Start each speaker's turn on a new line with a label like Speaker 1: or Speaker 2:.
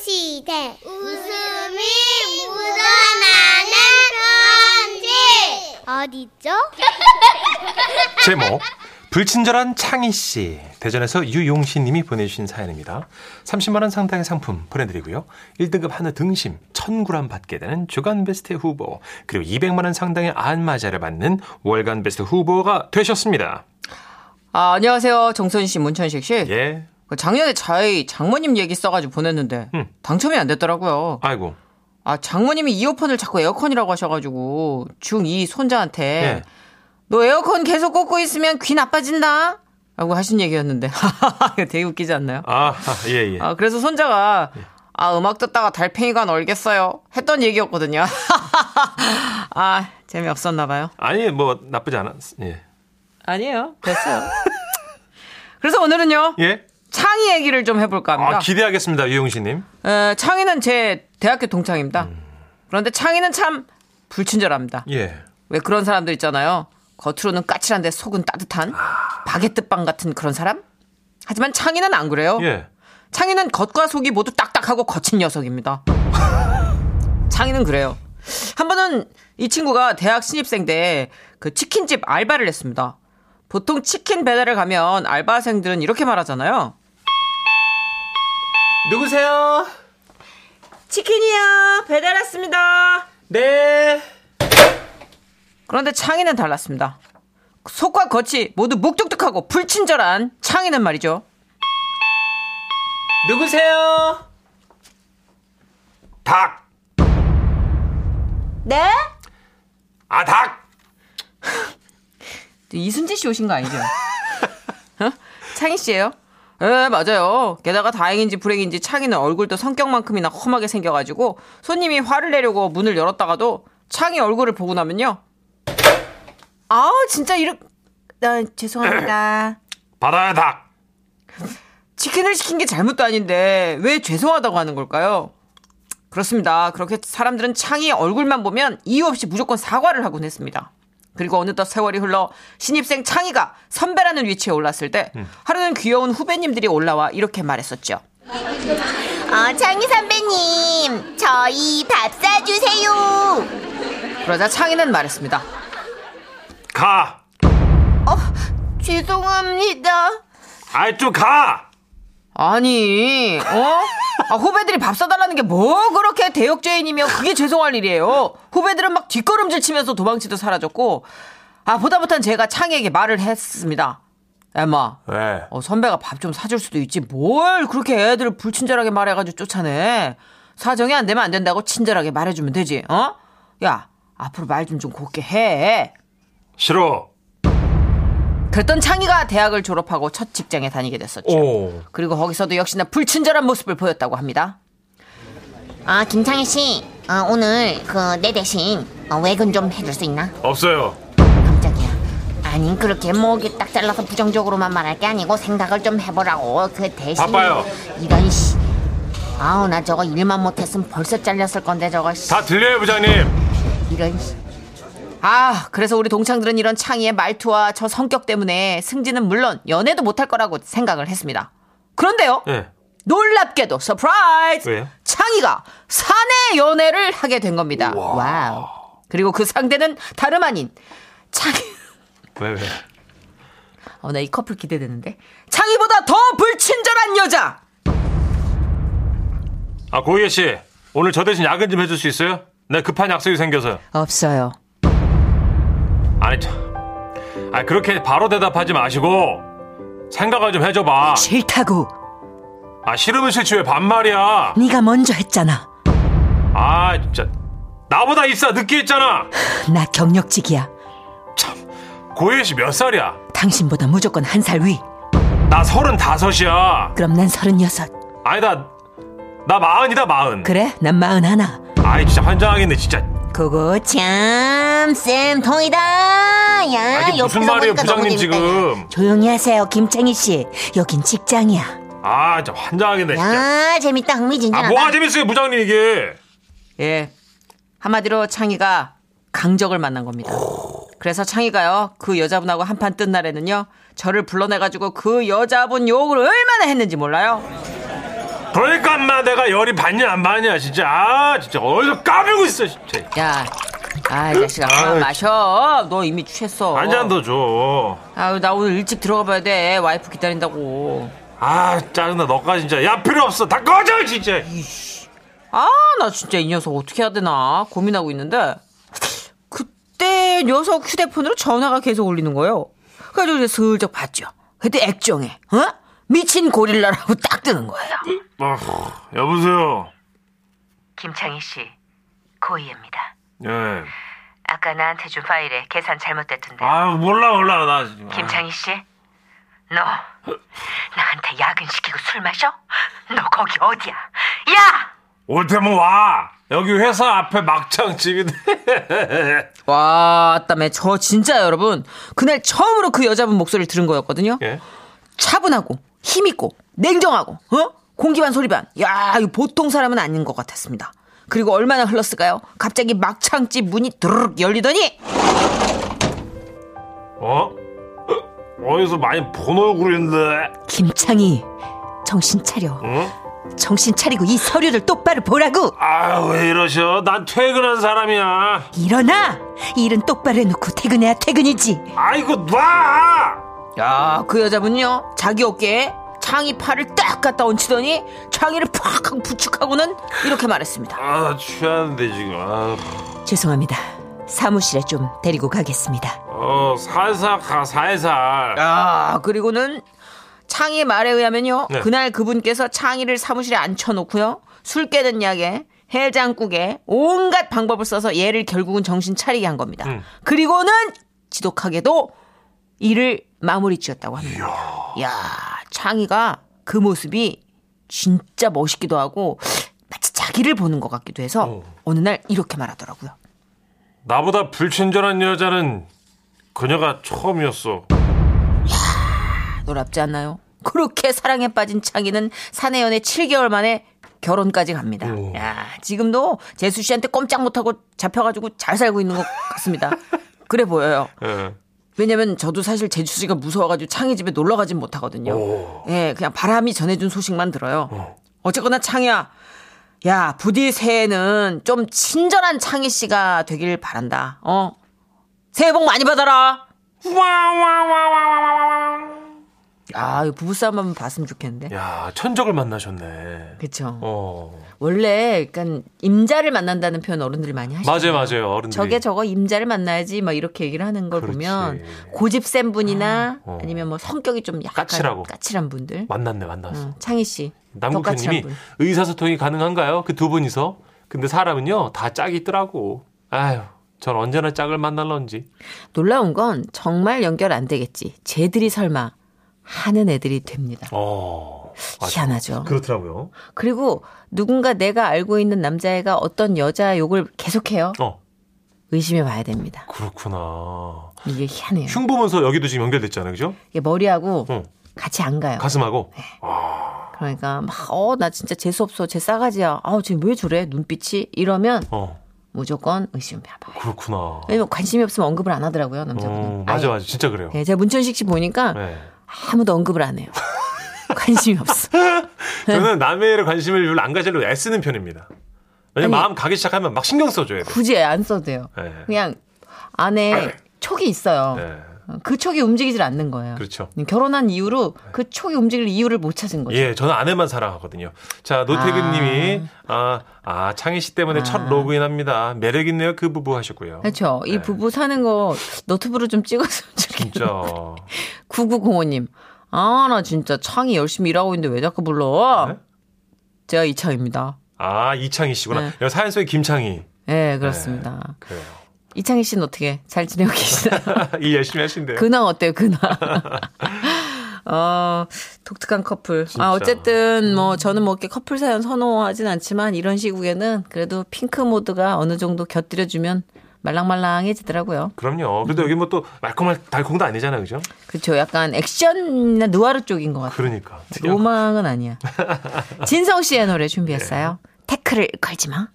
Speaker 1: 시대 웃음이 묻어나는 편지 어디죠?
Speaker 2: 제목 불친절한 창희 씨 대전에서 유용신 님이 보내주신 사연입니다. 30만 원 상당의 상품 보내드리고요. 1등급 한우 등심 1,000g 받게 되는 주간베스트 후보 그리고 200만 원 상당의 안마자를 받는 월간베스트 후보가 되셨습니다.
Speaker 3: 아, 안녕하세요. 정선 씨, 문천식 씨.
Speaker 2: 예.
Speaker 3: 그 작년에 저희 장모님 얘기 써가지고 보냈는데
Speaker 2: 음.
Speaker 3: 당첨이 안 됐더라고요.
Speaker 2: 아이고.
Speaker 3: 아 장모님이 이어폰을 자꾸 에어컨이라고 하셔가지고 중2 손자한테
Speaker 2: 예.
Speaker 3: 너 에어컨 계속 꽂고 있으면 귀 나빠진다 라고 하신 얘기였는데 되게 웃기지 않나요?
Speaker 2: 아, 예, 예.
Speaker 3: 아 그래서 손자가 아 음악 듣다가 달팽이가 널겠어요 했던 얘기였거든요. 아 재미없었나 봐요.
Speaker 2: 아니, 뭐, 나쁘지 않았, 예.
Speaker 3: 아니에요. 됐어요. 그래서 오늘은요.
Speaker 2: 예?
Speaker 3: 창의 얘기를 좀 해볼까 합니다.
Speaker 2: 아, 기대하겠습니다, 유용신 님.
Speaker 3: 에, 어, 창희는 제 대학교 동창입니다. 그런데 창희는 참 불친절합니다.
Speaker 2: 음. 예.
Speaker 3: 왜 그런 사람들 있잖아요. 겉으로는 까칠한데 속은 따뜻한
Speaker 2: 아.
Speaker 3: 바게트빵 같은 그런 사람? 하지만 창희는 안 그래요.
Speaker 2: 예.
Speaker 3: 창희는 겉과 속이 모두 딱딱하고 거친 녀석입니다. 창희는 그래요. 한 번은 이 친구가 대학 신입생 때 그 치킨집 알바를 했습니다. 보통 치킨 배달을 가면 알바생들은 이렇게 말하잖아요.
Speaker 2: 누구세요?
Speaker 3: 치킨이요. 배달 왔습니다.
Speaker 2: 네.
Speaker 3: 그런데 창의는 달랐습니다. 속과 겉이 모두 묵뚝뚝하고 불친절한 창의는 말이죠.
Speaker 2: 누구세요? 닭.
Speaker 3: 네?
Speaker 2: 아, 닭.
Speaker 3: 이순재 씨 오신 거 아니죠? 어? 창희 씨예요? 예, 맞아요. 게다가 다행인지 불행인지 창희는 얼굴도 성격만큼이나 험하게 생겨가지고 손님이 화를 내려고 문을 열었다가도 창희 얼굴을 보고 나면요. 아우 진짜 이렇게 아, 죄송합니다.
Speaker 2: 바다의 닭.
Speaker 3: 치킨을 시킨 게 잘못도 아닌데 왜 죄송하다고 하는 걸까요? 그렇습니다. 그렇게 사람들은 창의 얼굴만 보면 이유 없이 무조건 사과를 하곤 했습니다. 그리고 어느덧 세월이 흘러 신입생 창의가 선배라는 위치에 올랐을 때 하루는 귀여운 후배님들이 올라와 이렇게 말했었죠.
Speaker 1: 어, 창희 선배님 저희 밥 사주세요
Speaker 3: 그러자 창의는 말했습니다.
Speaker 2: 가.
Speaker 1: 어, 죄송합니다
Speaker 2: 아이, 좀 가.
Speaker 3: 아니, 어? 아, 후배들이 밥 사달라는 게 뭐 그렇게 대역죄인이며 그게 죄송할 일이에요. 후배들은 막 뒷걸음질 치면서 도망치도 사라졌고, 아, 보다 못한 제가 창희에게 말을 했습니다. 엠마,
Speaker 2: 왜?
Speaker 3: 어, 선배가 밥 좀 사줄 수도 있지. 뭘 그렇게 애들을 불친절하게 말해가지고 쫓아내. 사정이 안 되면 안 된다고 친절하게 말해주면 되지, 어? 야, 앞으로 말 좀 좀 곱게 해.
Speaker 2: 싫어.
Speaker 3: 그랬던 창희가 대학을 졸업하고 첫 직장에 다니게 됐었죠.
Speaker 2: 오.
Speaker 3: 그리고 거기서도 역시나 불친절한 모습을 보였다고 합니다.
Speaker 1: 아 김창희 씨 어, 오늘 그 내 대신 어, 외근 좀 해줄 수 있나?
Speaker 2: 없어요.
Speaker 1: 깜짝이야. 아니 그렇게 목이 딱 잘라서 부정적으로만 말할 게 아니고 생각을 좀 해보라고 그 대신
Speaker 2: 바빠요.
Speaker 1: 이런 씨 아우 나 저거 일만 못했으면 벌써 잘렸을 건데 저거 씨
Speaker 2: 다 들려요, 부장님.
Speaker 1: 이런 씨
Speaker 3: 아, 그래서 우리 동창들은 이런 창의의 말투와 저 성격 때문에 승진은 물론 연애도 못할 거라고 생각을 했습니다. 그런데요,
Speaker 2: 예.
Speaker 3: 놀랍게도 서프라이즈!
Speaker 2: 왜요?
Speaker 3: 창의가 사내 연애를 하게 된 겁니다. 와우. 그리고 그 상대는 다름 아닌 창의.
Speaker 2: 왜, 왜?
Speaker 3: 어, 나 이 커플 기대되는데. 창의보다 더 불친절한 여자.
Speaker 2: 아, 고희애 씨. 오늘 저 대신 야근 좀 해줄 수 있어요? 내 급한 약속이 생겨서요.
Speaker 3: 없어요.
Speaker 2: 아니, 참. 아, 그렇게 바로 대답하지 마시고. 생각을 좀 해줘봐.
Speaker 3: 싫다고.
Speaker 2: 아, 싫으면 싫지 왜 반말이야.
Speaker 3: 네가 먼저 했잖아.
Speaker 2: 아, 진짜. 나보다 입사 늦게 했잖아.
Speaker 3: 나 경력직이야.
Speaker 2: 고희애 씨 몇 살이야?
Speaker 3: 당신보다 무조건 한 살 위.
Speaker 2: 나 서른다섯이야.
Speaker 3: 그럼 난 서른여섯.
Speaker 2: 아니다. 나 마흔이다, 마흔.
Speaker 3: 그래? 난 마흔 하나.
Speaker 2: 아이, 진짜 환장하겠네, 진짜.
Speaker 3: 그거
Speaker 1: 참 쌤통이다
Speaker 2: 아,
Speaker 1: 야
Speaker 2: 이게
Speaker 1: 옆에서
Speaker 2: 무슨 말이에요,
Speaker 1: 보니까 너무 재밌다,
Speaker 2: 부장님 지금.
Speaker 4: 조용히 하세요, 김창희 씨. 여긴 직장이야.
Speaker 2: 아, 진짜 환장하겠네,
Speaker 1: 야.
Speaker 2: 진짜.
Speaker 1: 야 재밌다
Speaker 2: 아,
Speaker 1: 흥미진진하다
Speaker 2: 뭐가 재밌어요, 부장님, 이게.
Speaker 3: 예. 한마디로 창희가 강적을 만난 겁니다. 그래서 창희가요, 그 여자분하고 한판 뜬 날에는요, 저를 불러내가지고 그 여자분 욕을 얼마나 했는지 몰라요.
Speaker 2: 그러니까 엄마 내가 열이 받냐 안 받냐 진짜 아 진짜 어디서 까불고 있어 진짜
Speaker 3: 야, 아, 이 자식아,
Speaker 2: 아유.
Speaker 3: 그만 마셔. 너 이미 취했어.
Speaker 2: 한 잔 더 줘
Speaker 3: 아유, 나 오늘 일찍 들어가 봐야 돼. 와이프 기다린다고.
Speaker 2: 아 짜증나 너까지 진짜 야 필요 없어 다 꺼져 진짜
Speaker 3: 아, 나 진짜 이 녀석 어떻게 해야 되나 고민하고 있는데 그때 녀석 휴대폰으로 전화가 계속 울리는 거예요. 그래서 이제 슬쩍 봤죠. 그때 액정에 어? 미친 고릴라라고 딱 뜨는 거예요.
Speaker 2: 아, 여보세요
Speaker 5: 김창희 씨, 고희입니다.
Speaker 2: 예.
Speaker 5: 아까 나한테 준 파일에 계산 잘못됐던데.
Speaker 2: 아 몰라 몰라 나 지금 아.
Speaker 5: 김창희 씨, 너 나한테 야근 시키고 술 마셔? 너 거기 어디야? 야!
Speaker 2: 올 테면 와 여기 회사 앞에 막창 집인데
Speaker 3: 와, 땀에 저 진짜 여러분 그날 처음으로 그 여자분 목소리를 들은 거였거든요.
Speaker 2: 예?
Speaker 3: 차분하고 힘 있고 냉정하고 어? 공기 반 소리 반. 야, 이 보통 사람은 아닌 것 같았습니다. 그리고 얼마나 흘렀을까요? 갑자기 막창집 문이 드르륵 열리더니
Speaker 2: 어? 어디서 많이 본 얼굴인데
Speaker 4: 김창희 정신 차려
Speaker 2: 응?
Speaker 4: 정신 차리고 이 서류를 똑바로 보라고
Speaker 2: 아왜 이러셔 난 퇴근한 사람이야
Speaker 4: 일어나 이 일은 똑바로 해놓고 퇴근해야 퇴근이지
Speaker 2: 아이고 그 놔
Speaker 3: 야, 그 여자분요. 자기 어깨에 창이 팔을 딱 갖다 얹히더니 창이를 팍 하고 부축하고는 이렇게 말했습니다.
Speaker 2: 아 취하는데 지금 아,
Speaker 4: 죄송합니다 사무실에 좀 데리고 가겠습니다
Speaker 2: 어 살살 가 살살
Speaker 3: 야, 아, 그리고는 창의 말에 의하면요.
Speaker 2: 네.
Speaker 3: 그날 그분께서 창의를 사무실에 앉혀놓고요. 술 깨는 약에 해장국에 온갖 방법을 써서 얘를 결국은 정신 차리게 한 겁니다. 그리고는 지독하게도 일을 마무리 지었다고 합니다. 야, 창의가 그 모습이 진짜 멋있기도 하고 마치 자기를 보는 것 같기도 해서 어느 날 이렇게 말하더라고요.
Speaker 2: 나보다 불친절한 여자는 그녀가 처음이었어
Speaker 3: 놀랍지 않나요? 그렇게 사랑에 빠진 창이는 사내 연애 7개월 만에 결혼까지 갑니다. 야, 지금도 재수 씨한테 꼼짝 못하고 잡혀가지고 잘 살고 있는 것 같습니다. 그래 보여요.
Speaker 2: 예.
Speaker 3: 왜냐면 저도 사실 재수 씨가 무서워가지고 창이 집에 놀러 가진 못하거든요. 예, 그냥 바람이 전해준 소식만 들어요. 어쨌거나 창이야, 야 부디 새해는 좀 친절한 창희 씨가 되길 바란다. 어, 새해 복 많이 받아라. 아, 이 부부싸움 한번 봤으면 좋겠는데.
Speaker 2: 야 천적을 만나셨네
Speaker 3: 그쵸.
Speaker 2: 어
Speaker 3: 원래 약간 임자를 만난다는 표현 어른들이 많이 하시죠.
Speaker 2: 맞아요 맞아요 어른들이
Speaker 3: 저게 저거 임자를 만나야지 막 이렇게 얘기를 하는 걸
Speaker 2: 그렇지.
Speaker 3: 보면 고집 센 분이나
Speaker 2: 어.
Speaker 3: 아니면 뭐 성격이 좀 약간
Speaker 2: 까칠하고.
Speaker 3: 까칠한 분들.
Speaker 2: 만났네 만났어
Speaker 3: 어, 창희 씨. 더 까칠한
Speaker 2: 남국현님이
Speaker 3: 분.
Speaker 2: 의사소통이 가능한가요? 그 두 분이서 근데 사람은요 다 짝이 있더라고 아휴 전 언제나 짝을 만날런지
Speaker 3: 놀라운 건 정말 연결 안 되겠지. 쟤들이 설마 하는 애들이 됩니다.
Speaker 2: 어 맞아.
Speaker 3: 희한하죠.
Speaker 2: 그렇더라고요
Speaker 3: 그리고 누군가 내가 알고 있는 남자애가 어떤 여자 욕을 계속해요.
Speaker 2: 어
Speaker 3: 의심해 봐야 됩니다.
Speaker 2: 그렇구나
Speaker 3: 이게 희한해요.
Speaker 2: 흉 보면서 여기도 지금 연결됐잖아요 그죠?
Speaker 3: 이게 머리하고
Speaker 2: 어.
Speaker 3: 같이 안 가요.
Speaker 2: 가슴하고
Speaker 3: 네. 그러니까 막 어 나 진짜 재수 없어 쟤 싸가지야 아우 쟤왜 저래 눈빛이 이러면
Speaker 2: 어
Speaker 3: 무조건 의심해봐요
Speaker 2: 그렇구나
Speaker 3: 왜냐면 관심이 없으면 언급을 안 하더라고요 남자분은
Speaker 2: 어, 맞아 맞아 진짜 그래요
Speaker 3: 예, 제가 문천식 씨 보니까
Speaker 2: 네.
Speaker 3: 아무도 언급을 안 해요 관심이 없어
Speaker 2: 저는 남의 일에 관심을 별로 안 가지려고 애쓰는 편입니다 왜냐면 마음 가기 시작하면 막 신경 써줘야 돼
Speaker 3: 굳이 안 써도 돼요
Speaker 2: 네.
Speaker 3: 그냥 안에 촉이 있어요
Speaker 2: 네.
Speaker 3: 그 촉이 움직이질 않는 거예요
Speaker 2: 그렇죠. 네.
Speaker 3: 결혼한 이후로 그 촉이 움직일 이유를 못 찾은 거죠
Speaker 2: 예, 저는 아내만 사랑하거든요. 자, 노태근
Speaker 3: 아.
Speaker 2: 님이, 아, 아, 창희 씨 때문에 첫 로그인 합니다. 매력있네요, 그 부부 하셨고요.
Speaker 3: 그렇죠 이
Speaker 2: 네.
Speaker 3: 부부 사는 거 너튜브로 좀 찍었으면 좋겠어요
Speaker 2: 진짜.
Speaker 3: 9905님. 아, 나 진짜 창이 열심히 일하고 있는데 왜 자꾸 불러?
Speaker 2: 네?
Speaker 3: 제가 이창입니다.
Speaker 2: 아, 이창희 씨구나.
Speaker 3: 네.
Speaker 2: 여기 사연 속에 김창희.
Speaker 3: 예, 그렇습니다.
Speaker 2: 그래요.
Speaker 3: 이창희 씨는 어떻게 잘 지내고 계시나요?
Speaker 2: 일 열심히 하신대요.
Speaker 3: 근황 어때요, 근황? 어, 독특한 커플.
Speaker 2: 진짜. 음.
Speaker 3: 아, 어쨌든, 뭐, 저는 뭐, 이렇게 커플 사연 선호하진 않지만, 이런 시국에는 그래도 핑크 모드가 어느 정도 곁들여주면 말랑말랑해지더라고요.
Speaker 2: 그럼요. 근데 여기 뭐 또 말콤할 달콤도 아니잖아요, 그죠?
Speaker 3: 그렇죠. 약간 액션이나 누아르 쪽인 것 같아요.
Speaker 2: 그러니까. 특이한
Speaker 3: 로망은 아니야. 진성 씨의 노래 준비했어요.
Speaker 4: 태클을 걸지 마